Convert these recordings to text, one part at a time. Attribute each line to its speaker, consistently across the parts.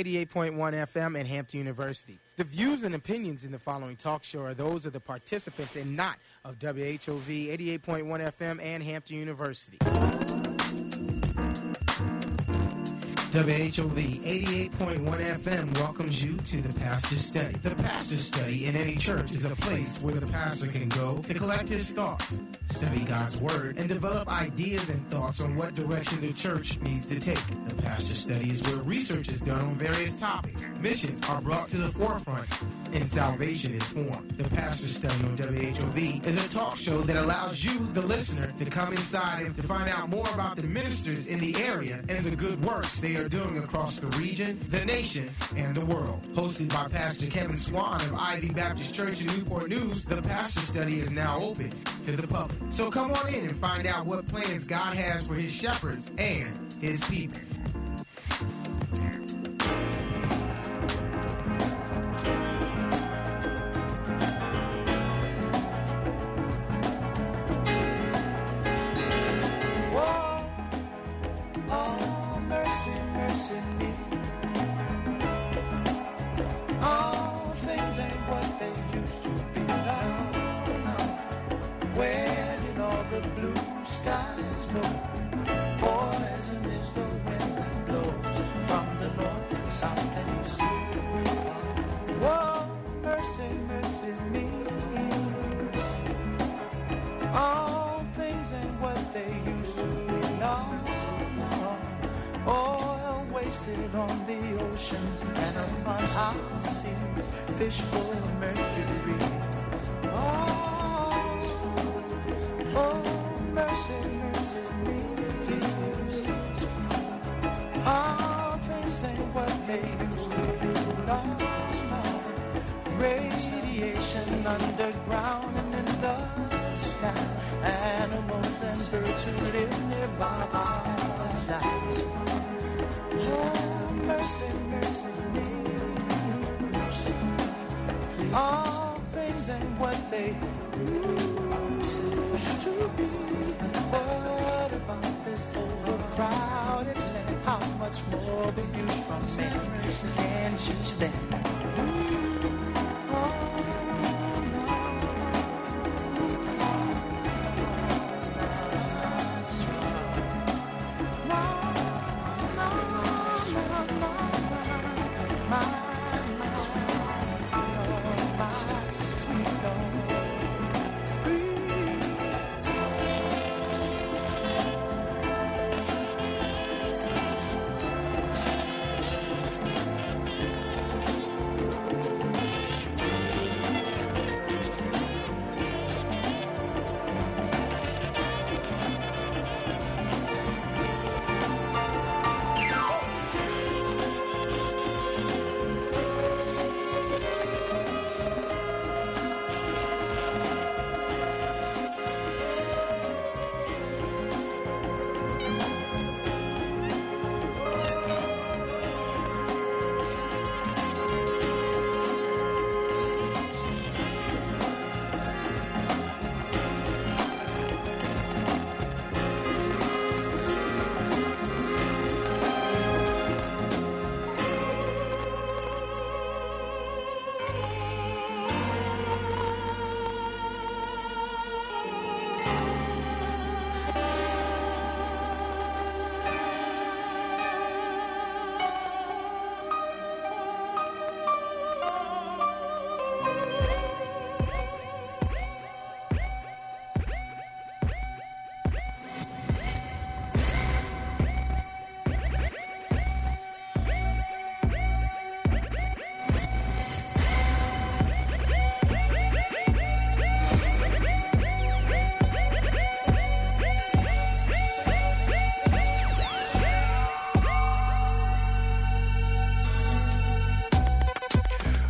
Speaker 1: 88.1 FM and Hampton University. The views and opinions in the following talk show are those of the participants and not of WHOV 88.1 FM and Hampton University. WHOV 88.1 FM welcomes you to the Pastor's Study. The Pastor's Study in any church is a place where the pastor can go to collect his thoughts, study God's Word, and develop ideas and thoughts on what direction the church needs to take. The Pastor's Study is where research is done on various topics, missions are brought to the forefront, and salvation is formed. The Pastor's Study on WHOV is a talk show that allows you, the listener, to come inside and to find out more about the ministers in the area and the good works they are doing across the region, the nation, and the world. Hosted by Pastor Kevin Swan of Ivy Baptist Church in Newport News, the Pastor Study is now open to the public. So come on in and find out what plans God has for his shepherds and his people.
Speaker 2: Whoa. Oh, mercy, mercy me. Oh, things ain't what they used to be now. now. Where did all the blue skies go? Poison is the wind that blows from the north and south and east. Whoa, mercy, mercy me. All things ain't what they used to be now. Oil wasted on the oceans and upon our seas, fish full of mercury. Oh, oh, mercy, mercy me. All things ain't what they used to be now. Radiation underground and in the sky. Animals and birds who live nearby are alive. Oh, mercy, mercy me. All things and what they used to be. What about this overcrowded land? How much more will you from me? Can't you stand?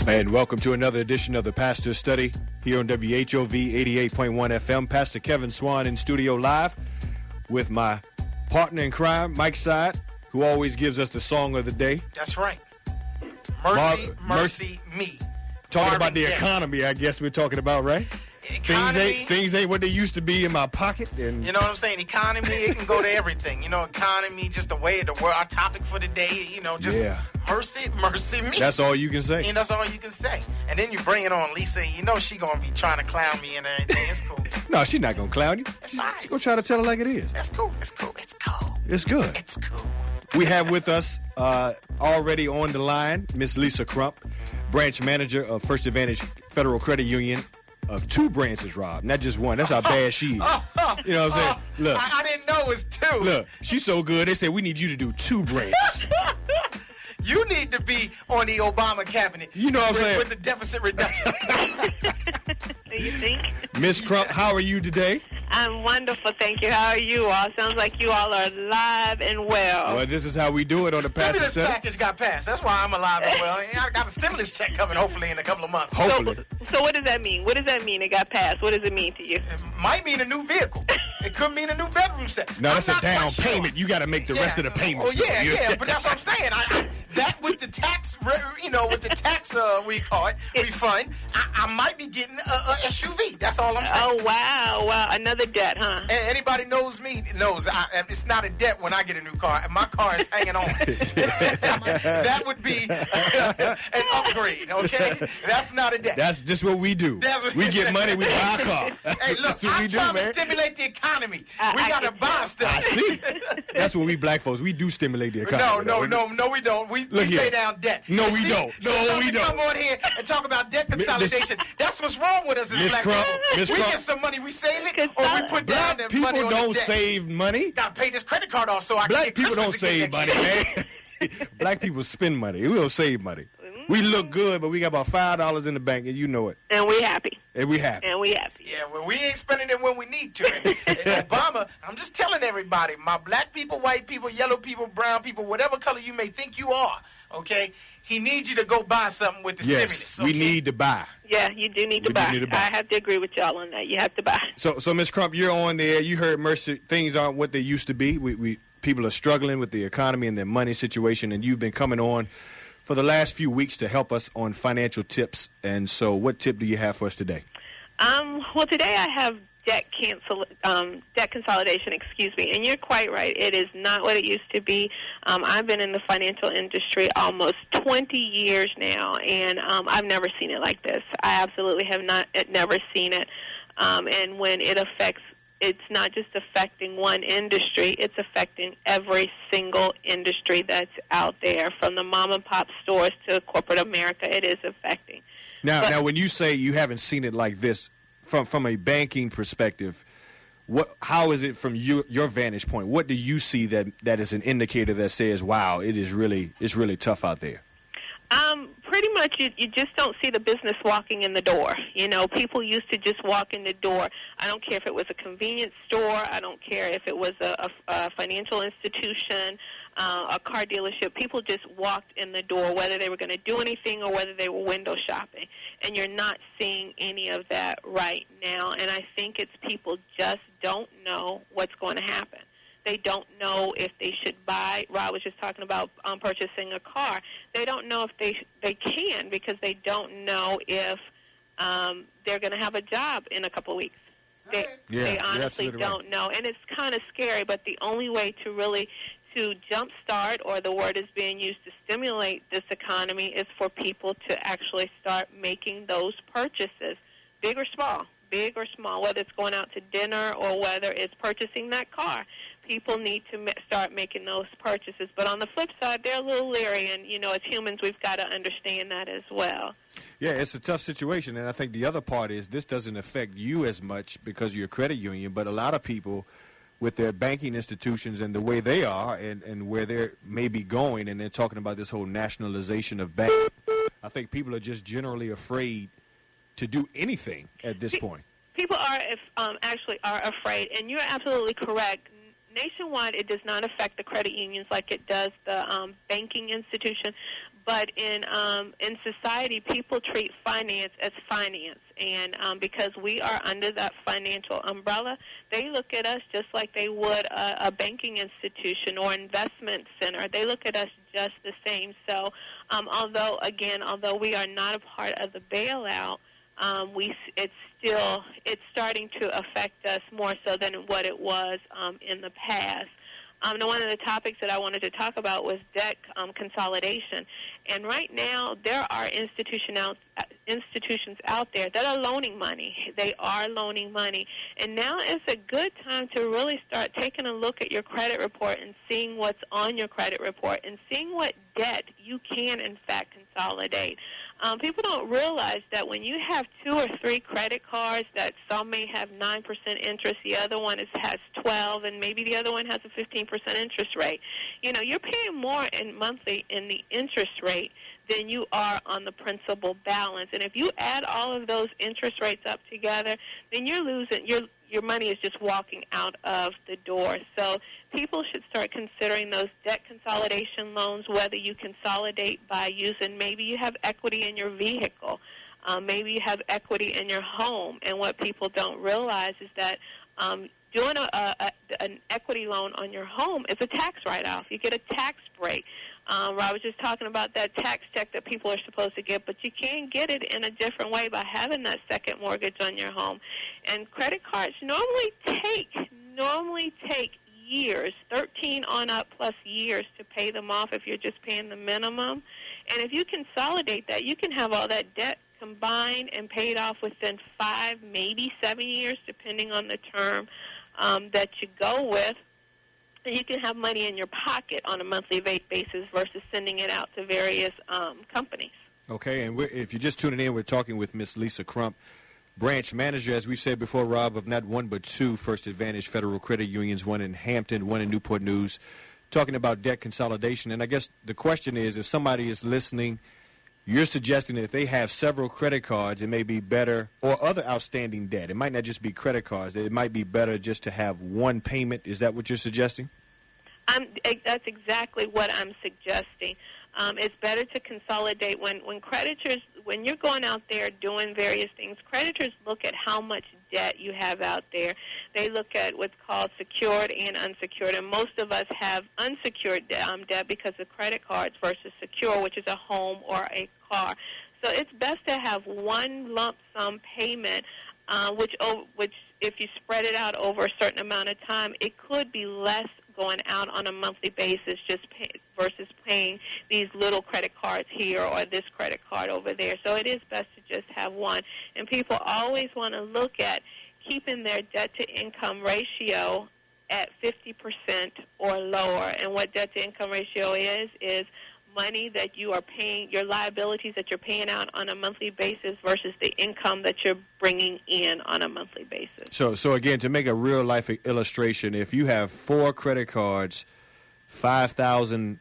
Speaker 3: And welcome to another edition of the Pastor's Study here on WHOV 88.1 FM. Pastor Kevin Swan in studio live with my partner in crime, Mike Side, who always gives us the song of the day.
Speaker 1: That's right.
Speaker 3: Mercy, Mar- mercy
Speaker 1: me.
Speaker 3: Talking about the economy, I guess we're talking about, right? Things
Speaker 1: economy.
Speaker 3: ain't, things ain't what they used to be in my pocket. And
Speaker 1: You know what I'm saying? Economy, it can go to everything. You know, economy, just the way of the world. Our topic for the day, you know, just
Speaker 3: Yeah.
Speaker 1: mercy, mercy me.
Speaker 3: that's all you can say.
Speaker 1: And that's all you can say. And then you bring it on Lisa. and You know she gonna be trying to clown me and everything. It's cool.
Speaker 3: No, she's not going to clown you. She's
Speaker 1: all right.
Speaker 3: going to try to tell it like it is.
Speaker 1: That's cool. It's cool. It's cool.
Speaker 3: It's good.
Speaker 1: It's cool.
Speaker 3: We have with us uh, already on the line Miss Lisa Crump, branch manager of First Advantage Federal Credit Union of two branches, Rob, not just one. That's how bad she is. You know what I'm saying? Look,
Speaker 1: Uh, I, I didn't know it was two.
Speaker 3: look, she's so good. They said we need you to do two branches.
Speaker 1: You need to be on the Obama cabinet.
Speaker 3: You know what I'm
Speaker 1: with,
Speaker 3: saying.
Speaker 1: With the deficit reduction.
Speaker 4: Do you think?
Speaker 3: Miss Crump, how are you today?
Speaker 4: I'm wonderful, thank you. How are you all? Sounds like you all are alive and well.
Speaker 3: Well, this is how we do it on the past
Speaker 1: stimulus
Speaker 3: set.
Speaker 1: package got passed. That's why I'm alive and well. And I got a stimulus check coming hopefully in a couple of months.
Speaker 4: So,
Speaker 3: Hopefully.
Speaker 4: so what does that mean? What does that mean? It got passed. What does it mean to you?
Speaker 1: It might mean a new vehicle. It could mean a new bedroom set.
Speaker 3: No,
Speaker 1: I'm
Speaker 3: that's a
Speaker 1: not
Speaker 3: down
Speaker 1: quite sure.
Speaker 3: payment. You got to make the rest of the payments.
Speaker 1: Oh yeah,
Speaker 3: though. You-
Speaker 1: yeah, but that's what I'm saying. I, I, that with the tax, re, you know, with the tax, uh, we call it refund. I, I might be getting a, a SUV. That's all I'm saying.
Speaker 4: Oh wow, wow, another debt, huh?
Speaker 1: And anybody knows me knows I, um, it's not a debt when I get a new car. My car is hanging on. that would be an upgrade, okay? That's not a debt.
Speaker 3: That's just what we do.
Speaker 1: That's what-
Speaker 3: we get money, we buy a car. That's
Speaker 1: hey,
Speaker 3: what-
Speaker 1: look,
Speaker 3: that's what
Speaker 1: I'm
Speaker 3: we do,
Speaker 1: trying to
Speaker 3: man.
Speaker 1: stimulate the economy.
Speaker 4: I-
Speaker 1: we
Speaker 4: I
Speaker 1: got to
Speaker 4: get
Speaker 1: buy
Speaker 4: you.
Speaker 1: stuff.
Speaker 3: See, that's what we black folks we do stimulate the
Speaker 1: No,
Speaker 3: economy.
Speaker 1: no,
Speaker 3: though.
Speaker 1: no, no, we don't. We, we
Speaker 3: Look here.
Speaker 1: pay down debt.
Speaker 3: No,
Speaker 1: And
Speaker 3: we
Speaker 1: see,
Speaker 3: don't.
Speaker 1: so
Speaker 3: No,
Speaker 1: when
Speaker 3: we
Speaker 1: we
Speaker 3: don't.
Speaker 1: Come on here and talk about debt
Speaker 3: Miss-
Speaker 1: consolidation. That's what's wrong with us as
Speaker 3: Miss
Speaker 1: black
Speaker 3: Crump,
Speaker 1: people.
Speaker 3: Miss
Speaker 1: we
Speaker 3: Crump.
Speaker 1: get some money, we save it, or we put down
Speaker 3: Black
Speaker 1: that
Speaker 3: people
Speaker 1: money on
Speaker 3: don't
Speaker 1: the debt.
Speaker 3: save money.
Speaker 1: Gotta pay this credit card off so I
Speaker 3: Black
Speaker 1: can
Speaker 3: people
Speaker 1: get
Speaker 3: don't save
Speaker 1: Christmas again
Speaker 3: money,
Speaker 1: next year.
Speaker 3: man. Black people spend money. We don't save money. We
Speaker 1: Mm-hmm.
Speaker 3: look good, but we got about five dollars in the bank, and you know it.
Speaker 4: And we happy.
Speaker 3: And we happy.
Speaker 4: And we happy.
Speaker 1: Yeah, well, we ain't spending it when we need to. And, and Obama, I'm just telling everybody, my black people, white people, yellow people, brown people, whatever color you may think you are, okay, he needs you to go buy something with the
Speaker 3: Yes,
Speaker 1: stimulus.
Speaker 3: we
Speaker 1: Okay?
Speaker 3: need to buy.
Speaker 4: Yeah, you do
Speaker 3: We
Speaker 4: need
Speaker 3: do
Speaker 4: to, buy.
Speaker 3: need to buy.
Speaker 4: I have to agree with y'all on that. You have to buy.
Speaker 3: So, so Miss Crump, you're on there. You heard Mercy. Things aren't what they used to be. We, we people are struggling with the economy and their money situation, and you've been coming on for the last few weeks to help us on financial tips. And so, what tip do you have for us today?
Speaker 4: Um, well, today I have debt cancel um, debt consolidation. Excuse me. And you're quite right. It is not what it used to be. Um, I've been in the financial industry almost 20 years now, and um, I've never seen it like this. I absolutely have not uh, never seen it. Um, and when it affects it's not just affecting one industry, it's affecting every single industry that's out there, from the mom and pop stores to corporate America. It is affecting.
Speaker 3: Now,
Speaker 4: But-
Speaker 3: now, when you say you haven't seen it like this from from a banking perspective, what how is it from your your vantage point? What do you see that that is an indicator that says, "Wow, it is really it's really tough out there."
Speaker 4: Um, pretty much, you, you just don't see the business walking in the door. You know, people used to just walk in the door. I don't care if it was a convenience store. I don't care if it was a, a, a financial institution, uh, a car dealership. People just walked in the door, whether they were going to do anything or whether they were window shopping. And you're not seeing any of that right now. And I think it's people just don't know what's going to happen they don't know if they should buy. Rob was just talking about um, purchasing a car. They don't know if they they can because they don't know if um, they're going to have a job in a couple of weeks. They,
Speaker 3: Yeah,
Speaker 4: they
Speaker 3: you're
Speaker 4: honestly
Speaker 3: absolutely right.
Speaker 4: don't know, and it's kind of scary. But the only way to really to jumpstart, or the word is being used to stimulate this economy, is for people to actually start making those purchases, big or small, big or small, whether it's going out to dinner or whether it's purchasing that car. People need to ma- start making those purchases. But on the flip side, they're a little leery, and you know, as humans, we've got to understand that as well.
Speaker 3: Yeah, it's a tough situation, and I think the other part is this doesn't affect you as much because you're a credit union, but a lot of people with their banking institutions and the way they are and, and where they're maybe going, and they're talking about this whole nationalization of banks. I think people are just generally afraid to do anything at this point.
Speaker 4: people are if, um, actually are afraid, and you're absolutely correct. Nationwide, it does not affect the credit unions like it does the um, banking institution, but in um, in society, people treat finance as finance, and um, because we are under that financial umbrella, they look at us just like they would a, a banking institution or investment center. They look at us just the same. So, um, although again, although we are not a part of the bailout um, we s- it's still it's starting to affect us more so than what it was um, in the past. Um, and one of the topics that I wanted to talk about was debt um, consolidation. And right now, there are institution out, uh, institutions out there that are loaning money. They are loaning money. And now is a good time to really start taking a look at your credit report and seeing what's on your credit report and seeing what debt you can, in fact, consolidate. Um, people don't realize that when you have two or three credit cards, that some may have nine percent interest, the other one is, has twelve, and maybe the other one has a fifteen percent interest rate. You know, you're paying more in monthly in the interest rate than you are on the principal balance. And if you add all of those interest rates up together, then you're losing your your money is just walking out of the door. So people should start considering those debt consolidation loans, whether you consolidate by using maybe you have equity in your vehicle, um, maybe you have equity in your home. And what people don't realize is that um, doing a, a, a, an equity loan on your home is a tax write off. You get a tax break. Um, Rob was just talking about that tax check that people are supposed to get, but you can get it in a different way by having that second mortgage on your home. And credit cards normally take normally take years, 13 on up plus years to pay them off if you're just paying the minimum. And if you consolidate that, you can have all that debt combined and paid off within five, maybe seven years, depending on the term um, that you go with. So you can have money in your pocket on a monthly va- basis versus sending it out to various um, companies.
Speaker 3: Okay, and we're, if you're just tuning in, we're talking with Miss Lisa Crump, branch manager, as we've said before, Rob, of not one but two First Advantage Federal Credit Unions, one in Hampton, one in Newport News, talking about debt consolidation. And I guess the question is if somebody is listening, you're suggesting that if they have several credit cards, it may be better, or other outstanding debt. It might not just be credit cards, it might be better just to have one payment. Is that what you're suggesting?
Speaker 4: I'm, eh, that's exactly what I'm suggesting. Um, it's better to consolidate when, when creditors, when you're going out there doing various things, creditors look at how much debt you have out there. They look at what's called secured and unsecured, and most of us have unsecured de- um, debt because of credit cards versus secure, which is a home or a car. So it's best to have one lump sum payment, uh, which o- which if you spread it out over a certain amount of time, it could be less going out on a monthly basis just pay, versus paying these little credit cards here or this credit card over there. So it is best to just have one. And people always want to look at keeping their debt to income ratio at 50% or lower. And what debt to income ratio is is money that you are paying, your liabilities that you're paying out on a monthly basis versus the income that you're bringing in on a monthly basis.
Speaker 3: So, so again, to make a real life illustration, if you have four credit cards, five thousand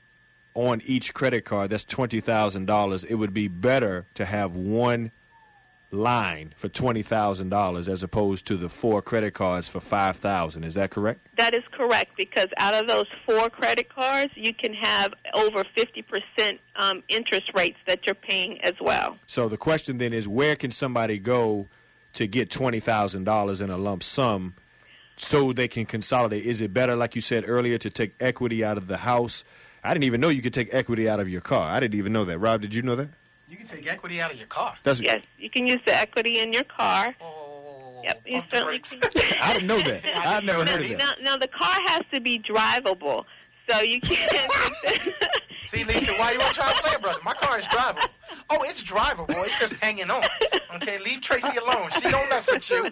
Speaker 3: on each credit card, that's twenty thousand dollars. It would be better to have one line for twenty thousand dollars as opposed to the four credit cards for five thousand. Is that correct?
Speaker 4: That is correct because out of those four credit cards, you can have over 50% um, interest rates that you're paying as well.
Speaker 3: So the question then is, where can somebody go to get twenty thousand dollars in a lump sum so they can consolidate? Is it better, like you said earlier, to take equity out of the house? I didn't even know you could take equity out of your car. I didn't even know that. Rob, did you know that?
Speaker 1: You can take equity out of your car.
Speaker 3: That's
Speaker 4: Yes, you can use the equity in your car.
Speaker 1: Whoa, whoa, whoa, whoa, whoa.
Speaker 4: Yep, you
Speaker 1: Oh, Pump the
Speaker 4: certainly
Speaker 1: brakes.
Speaker 4: can.
Speaker 3: I didn't know that. I've never heard of that.
Speaker 4: Now, now, the car has to be drivable, so you can't.
Speaker 1: See, Lisa, why you want to try to play, it, brother? My car is drivable. Oh, it's drivable. It's just hanging on. Okay, leave Tracy alone. She don't mess with you.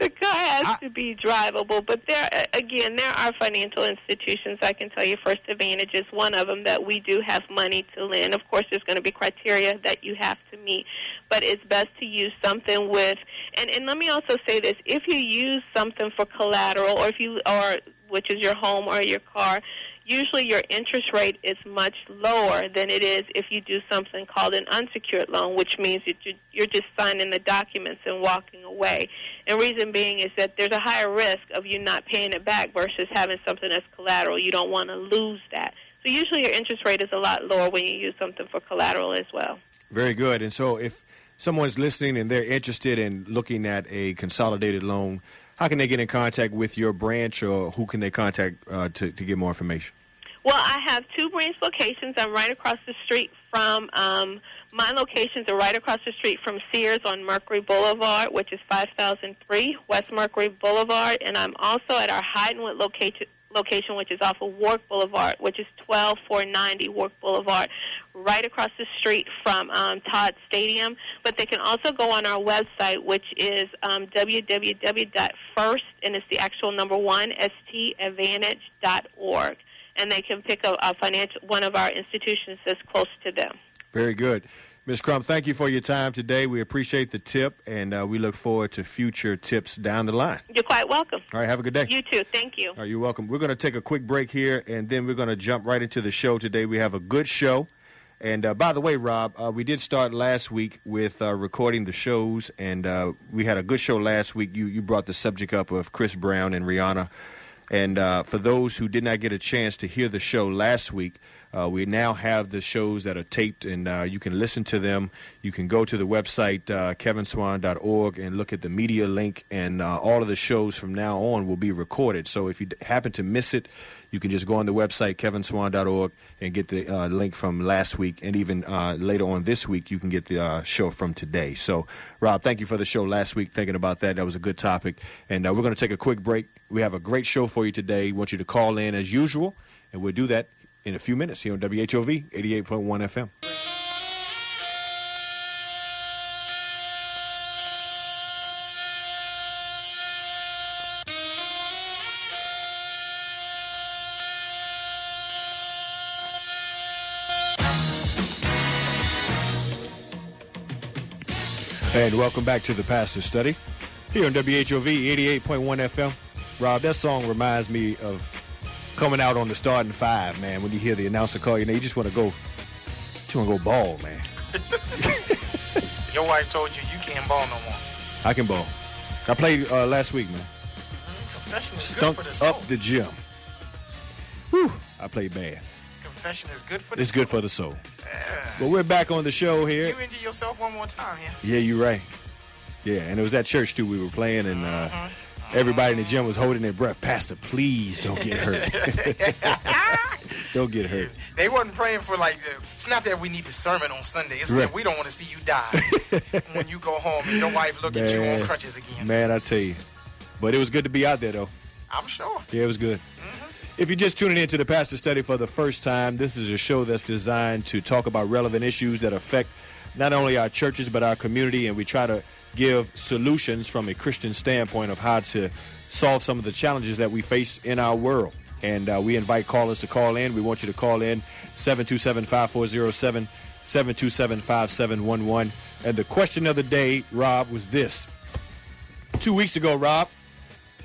Speaker 4: the car has to be drivable. But there, again, there are financial institutions. I can tell you, First Advantage is one of them that we do have money to lend. Of course, there's going to be criteria that you have to meet, but it's best to use something with. And and let me also say this: if you use something for collateral, or if you or which is your home or your car. Usually, your interest rate is much lower than it is if you do something called an unsecured loan, which means that you- you're just signing the documents and walking away. And reason being is that there's a higher risk of you not paying it back versus having something that's collateral. You don't want to lose that. So usually your interest rate is a lot lower when you use something for collateral as well.
Speaker 3: Very good. And so, if someone's listening and they're interested in looking at a consolidated loan, how can they get in contact with your branch, or who can they contact uh, to, to get more information?
Speaker 4: Well, I have two branch locations. I'm right across the street from. Um, my locations are right across the street from Sears on Mercury Boulevard, which is 5003 West Mercury Boulevard, and I'm also at our Hydenwood location. Location which is off of Wark Boulevard, which is 12490 Wark Boulevard, right across the street from um, Todd Stadium. But they can also go on our website, which is um, www.first, and it's the actual number one, stadvantage.org and they can pick a, a financial one of our institutions that's close to them.
Speaker 3: Very good. Ms. Crump, thank you for your time today. We appreciate the tip, and uh, we look forward to future tips down the line.
Speaker 4: You're quite welcome.
Speaker 3: All right, have a good day.
Speaker 4: You too. Thank you.
Speaker 3: All right, you're welcome. We're going to take a quick break here, and then we're going to jump right into the show today. We have a good show. And uh, by the way, Rob, uh, we did start last week with uh, recording the shows, and uh, we had a good show last week. You, you brought the subject up of Chris Brown and Rihanna. And uh, for those who did not get a chance to hear the show last week, uh, we now have the shows that are taped, and uh, you can listen to them. You can go to the website, uh, kevinswan.org, and look at the media link, and uh, all of the shows from now on will be recorded. So if you d- happen to miss it, you can just go on the website, kevinswan.org, and get the uh, link from last week. And even uh, later on this week, you can get the uh, show from today. So, Rob, thank you for the show last week, thinking about that. That was a good topic. And uh, we're going to take a quick break. We have a great show for you today. We want you to call in as usual, and we'll do that in a few minutes here on WHOV 88.1 FM. And welcome back to the Pastor Study here on WHOV 88.1 FM. Rob, that song reminds me of coming out on the starting five, man. When you hear the announcer call you, name, you just want to go, just want to go ball, man.
Speaker 1: Your wife told you you can't ball no more.
Speaker 3: I can ball. I played uh, last week, man.
Speaker 1: Confession is
Speaker 3: Stunk
Speaker 1: good for the soul.
Speaker 3: up the gym. Whew, I played bad.
Speaker 1: Confession is good for the
Speaker 3: It's good for the soul. But we're back on the show here.
Speaker 1: You injure yourself one more time, yeah.
Speaker 3: Yeah, you're right. Yeah, and it was at church too. We were playing, and uh,
Speaker 1: Mm-hmm.
Speaker 3: everybody in the gym was holding their breath. Pastor, please don't get hurt. don't get hurt.
Speaker 1: They wasn't praying for like. The, it's not that we need the sermon on Sunday. It's
Speaker 3: Right.
Speaker 1: that we don't want to see you die when you go home and your wife look at you on
Speaker 3: Man.
Speaker 1: crutches again.
Speaker 3: Man, I tell you. But it was good to be out there, though.
Speaker 1: I'm sure.
Speaker 3: Yeah, it was good. If you're just tuning in to the Pastor Study for the first time, this is a show that's designed to talk about relevant issues that affect not only our churches but our community, and we try to give solutions from a Christian standpoint of how to solve some of the challenges that we face in our world. And uh, we invite callers to call in. We want you to call in 727 5407, 727 5711. And the question of the day, Rob, was this. Two weeks ago, Rob,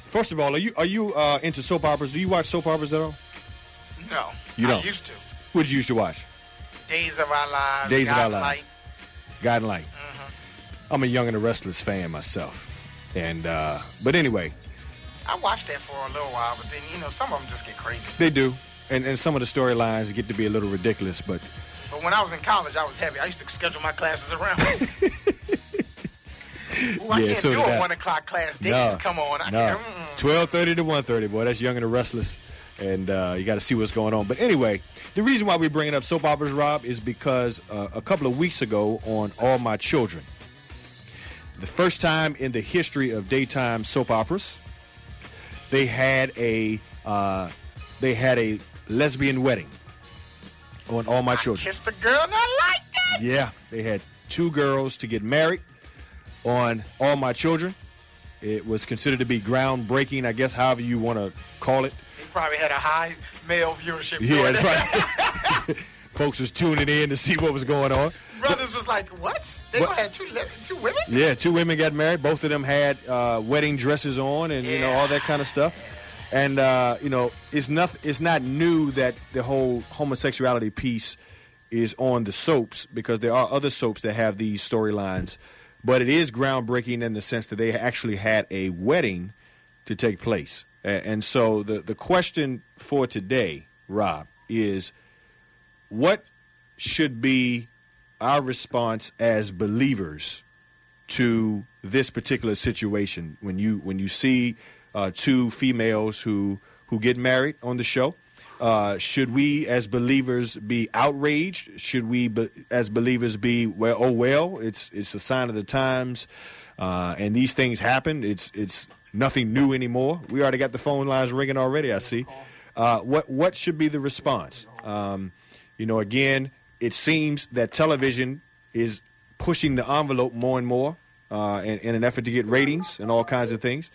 Speaker 3: First of all, are you are you uh, into soap operas? Do you watch soap operas at all?
Speaker 1: No,
Speaker 3: You
Speaker 1: I
Speaker 3: don't.
Speaker 1: used to.
Speaker 3: What did you used to watch?
Speaker 1: Days of Mm-hmm. our lives.
Speaker 3: Days of Our
Speaker 1: God
Speaker 3: Lives. God and Light. I'm a Young and the Restless fan myself, and uh, but anyway,
Speaker 1: Light. I watched that for a little while, but then you know some of them just get crazy.
Speaker 3: they do, and and some of the storylines get to be a little ridiculous, but
Speaker 1: But when I was in college, I was heavy. I used to schedule my classes around. this. Ooh, I
Speaker 3: Yeah,
Speaker 1: can't
Speaker 3: so
Speaker 1: do
Speaker 3: did
Speaker 1: a
Speaker 3: I.
Speaker 1: one o'clock class. Days
Speaker 3: no,
Speaker 1: come on. I
Speaker 3: no,
Speaker 1: can't. mm.
Speaker 3: twelve thirty to one thirty, boy, that's Young and the Restless, and uh, you got to see what's going on. But anyway, the reason why we're bringing up soap operas, Rob, is because uh, a couple of weeks ago on All My Children, the first time in the history of daytime soap operas, they had a uh, they had a lesbian wedding on All My Children.
Speaker 1: Kissed a girl not like that.
Speaker 3: Yeah, they had two girls to get married on All My Children. It was considered to be groundbreaking, I guess, however you want to call it.
Speaker 1: They probably had a high male viewership.
Speaker 3: Yeah,
Speaker 1: during
Speaker 3: that's
Speaker 1: that.
Speaker 3: right. Folks was tuning in to see what was going on.
Speaker 1: Brothers was like, "What? They
Speaker 3: What?
Speaker 1: gonna have two le- two women?"
Speaker 3: Yeah, two women got married. Both of them had uh, wedding dresses on, and you know all that kind of stuff. And uh, you know, it's not it's not new that the whole homosexuality piece is on the soaps because there are other soaps that have these storylines, but it is groundbreaking in the sense that they actually had a wedding to take place. A- And so the the question for today, Rob, is what should be our response as believers to this particular situation when you when you see uh, two females who who get married on the show Uh, should we, as believers, be outraged? Should we, be, as believers, be well? Oh well, it's it's a sign of the times, uh, and these things happen. It's it's nothing new anymore. We already got the phone lines ringing already. I see. Uh, what what should be the response? Um, you know, again, it seems that television is pushing the envelope more and more uh, in, in an effort to get ratings and all kinds of things.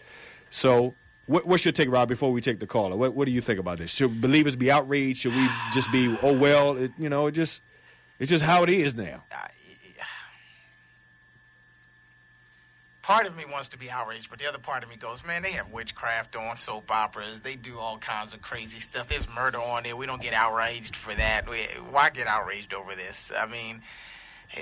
Speaker 3: So, what, what's your take, Rob, before we take the caller? What, what do you think about this? Should believers be outraged? Should we just be, oh, well, it, you know, it just, it's just how it is now?
Speaker 1: Uh, part of me wants to be outraged, but the other part of me goes, man, they have witchcraft on soap operas. They do all kinds of crazy stuff. There's murder on there. We don't get outraged for that. We, why get outraged over this? I mean,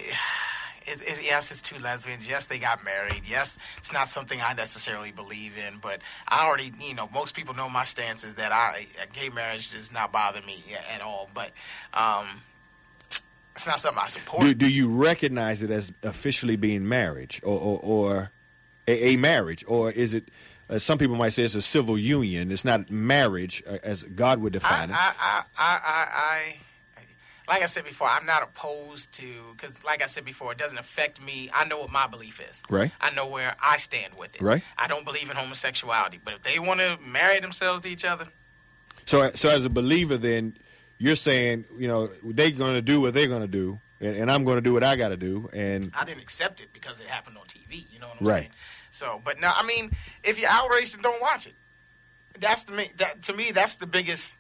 Speaker 1: it, it, yes, it's two lesbians. Yes, they got married. Yes, it's not something I necessarily believe in, but I already, you know, most people know my stance is that I gay marriage does not bother me at all. But um, it's not something I support.
Speaker 3: Do, do you recognize it as officially being marriage or, or, or a, a marriage? Or is it, uh, some people might say it's a civil union. It's not marriage uh, as God would define
Speaker 1: I,
Speaker 3: it.
Speaker 1: I, I, I, I, like I said before, I'm not opposed to because, like I said before, it doesn't affect me. I know what my belief is.
Speaker 3: Right.
Speaker 1: I know where I stand with it.
Speaker 3: Right.
Speaker 1: I don't believe in homosexuality, but if they want to marry themselves to each other,
Speaker 3: So, so as a believer, then you're saying, you know, they're going to do what they're going to do, and, and I'm going to do what I got to do, and
Speaker 1: I didn't accept it because it happened on TV. You know what I'm
Speaker 3: Right.
Speaker 1: saying? So, but no, I mean, if you're outraged, then don't watch it. That's the ma- that to me. That's the biggest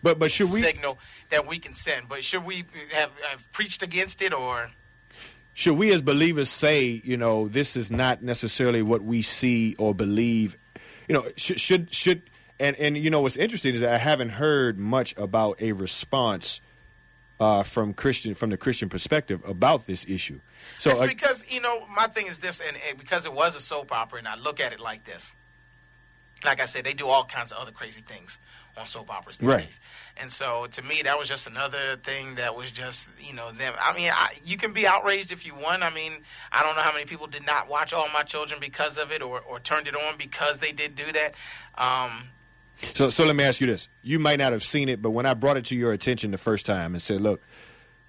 Speaker 3: but but should we
Speaker 1: signal that we can send. But should we have, have preached against it or?
Speaker 3: should we as believers say, you know, this is not necessarily what we see or believe? You know, should should, should and and you know what's interesting is that I haven't heard much about a response uh, from Christian from the Christian perspective about this issue. So
Speaker 1: it's
Speaker 3: uh,
Speaker 1: because you know my thing is this, and, and because it was a soap opera, and I look at it like this. Like I said, they do all kinds of other crazy things on soap operas these
Speaker 3: Right.
Speaker 1: days, and so to me, that was just another thing that was just you know them. I mean, I, you can be outraged if you want. I mean, I don't know how many people did not watch All My Children because of it, or or turned it on because they did do that. Um,
Speaker 3: So, so let me ask you this: You might not have seen it, but when I brought it to your attention the first time and said, "Look,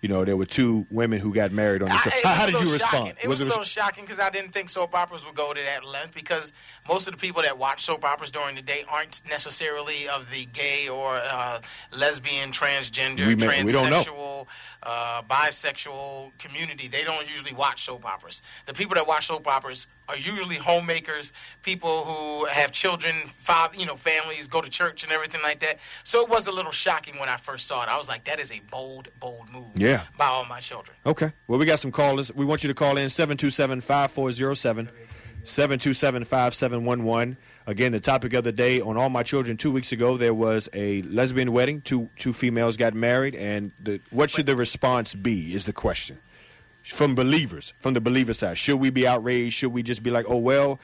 Speaker 3: you know, there were two women who got married on the show,"
Speaker 1: I- it
Speaker 3: how,
Speaker 1: was
Speaker 3: how
Speaker 1: a
Speaker 3: did
Speaker 1: little
Speaker 3: you respond?
Speaker 1: shocking. It was, a little shocking because I didn't think soap operas would go to that length because most of the people that watch soap operas during the day aren't necessarily of the gay or uh, lesbian, transgender,
Speaker 3: We may-
Speaker 1: transsexual,
Speaker 3: we don't know.
Speaker 1: uh, bisexual community. They don't usually watch soap operas. The people that watch soap operas are usually homemakers, people who have children, five, you know, families, go to church and everything like that. So it was a little shocking when I first saw it. I was like, that is a bold, bold move
Speaker 3: Yeah.
Speaker 1: by all my children.
Speaker 3: Okay. Well, we got some callers. We want you to call in 727-5407, 727-5711. Again, the topic of the day on All My Children 2 weeks ago, there was a lesbian wedding, two two females got married and the, what should the response be is the question. From believers, from the believer side, should we be outraged? Should we just be like, "Oh well,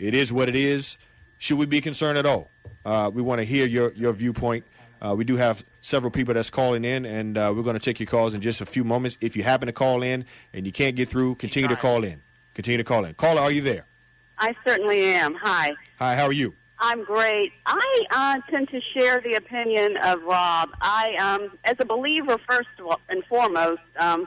Speaker 3: it is what it is. Should we be concerned at all? Uh, we want to hear your, your viewpoint. Uh, we do have several people that's calling in, and uh, we're going to take your calls in just a few moments. If you happen to call in and you can't get through, continue to
Speaker 1: trying.
Speaker 3: call in. Continue to call in. Caller, are you there?
Speaker 5: I certainly am. Hi.
Speaker 3: Hi, how are you?
Speaker 5: I'm great. I uh, tend to share the opinion of Rob. I, um, as a believer, first of all, and foremost, um,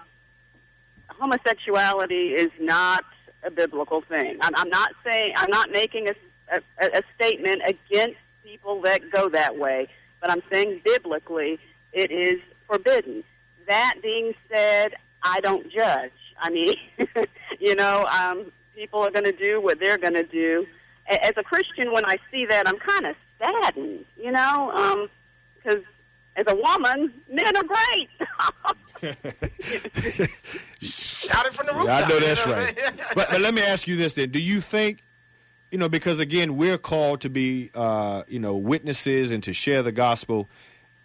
Speaker 5: homosexuality is not a biblical thing. I'm, I'm not saying I'm not making a, a, a statement against people that go that way, but I'm saying biblically it is forbidden. That being said, I don't judge. I mean, you know, um, people are going to do what they're going to do. A- As a Christian, when I see that, I'm kind of saddened, you know, because as a woman, men are great.
Speaker 1: Shout it from the rooftop.
Speaker 3: I know
Speaker 1: you
Speaker 3: that's
Speaker 1: what I'm
Speaker 3: right.
Speaker 1: saying?
Speaker 3: but, but let me ask you this then: Do you think, you know, because again, we're called to be, uh, you know, witnesses and to share the gospel,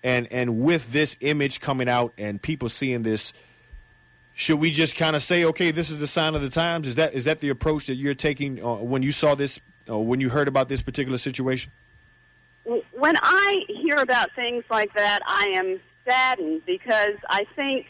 Speaker 3: and and with this image coming out and people seeing this, should we just kind of say, okay, this is the sign of the times? Is that is that the approach that you're taking uh, when you saw this, uh, when you heard about this particular situation?
Speaker 5: when I hear about things like that, I am saddened because I think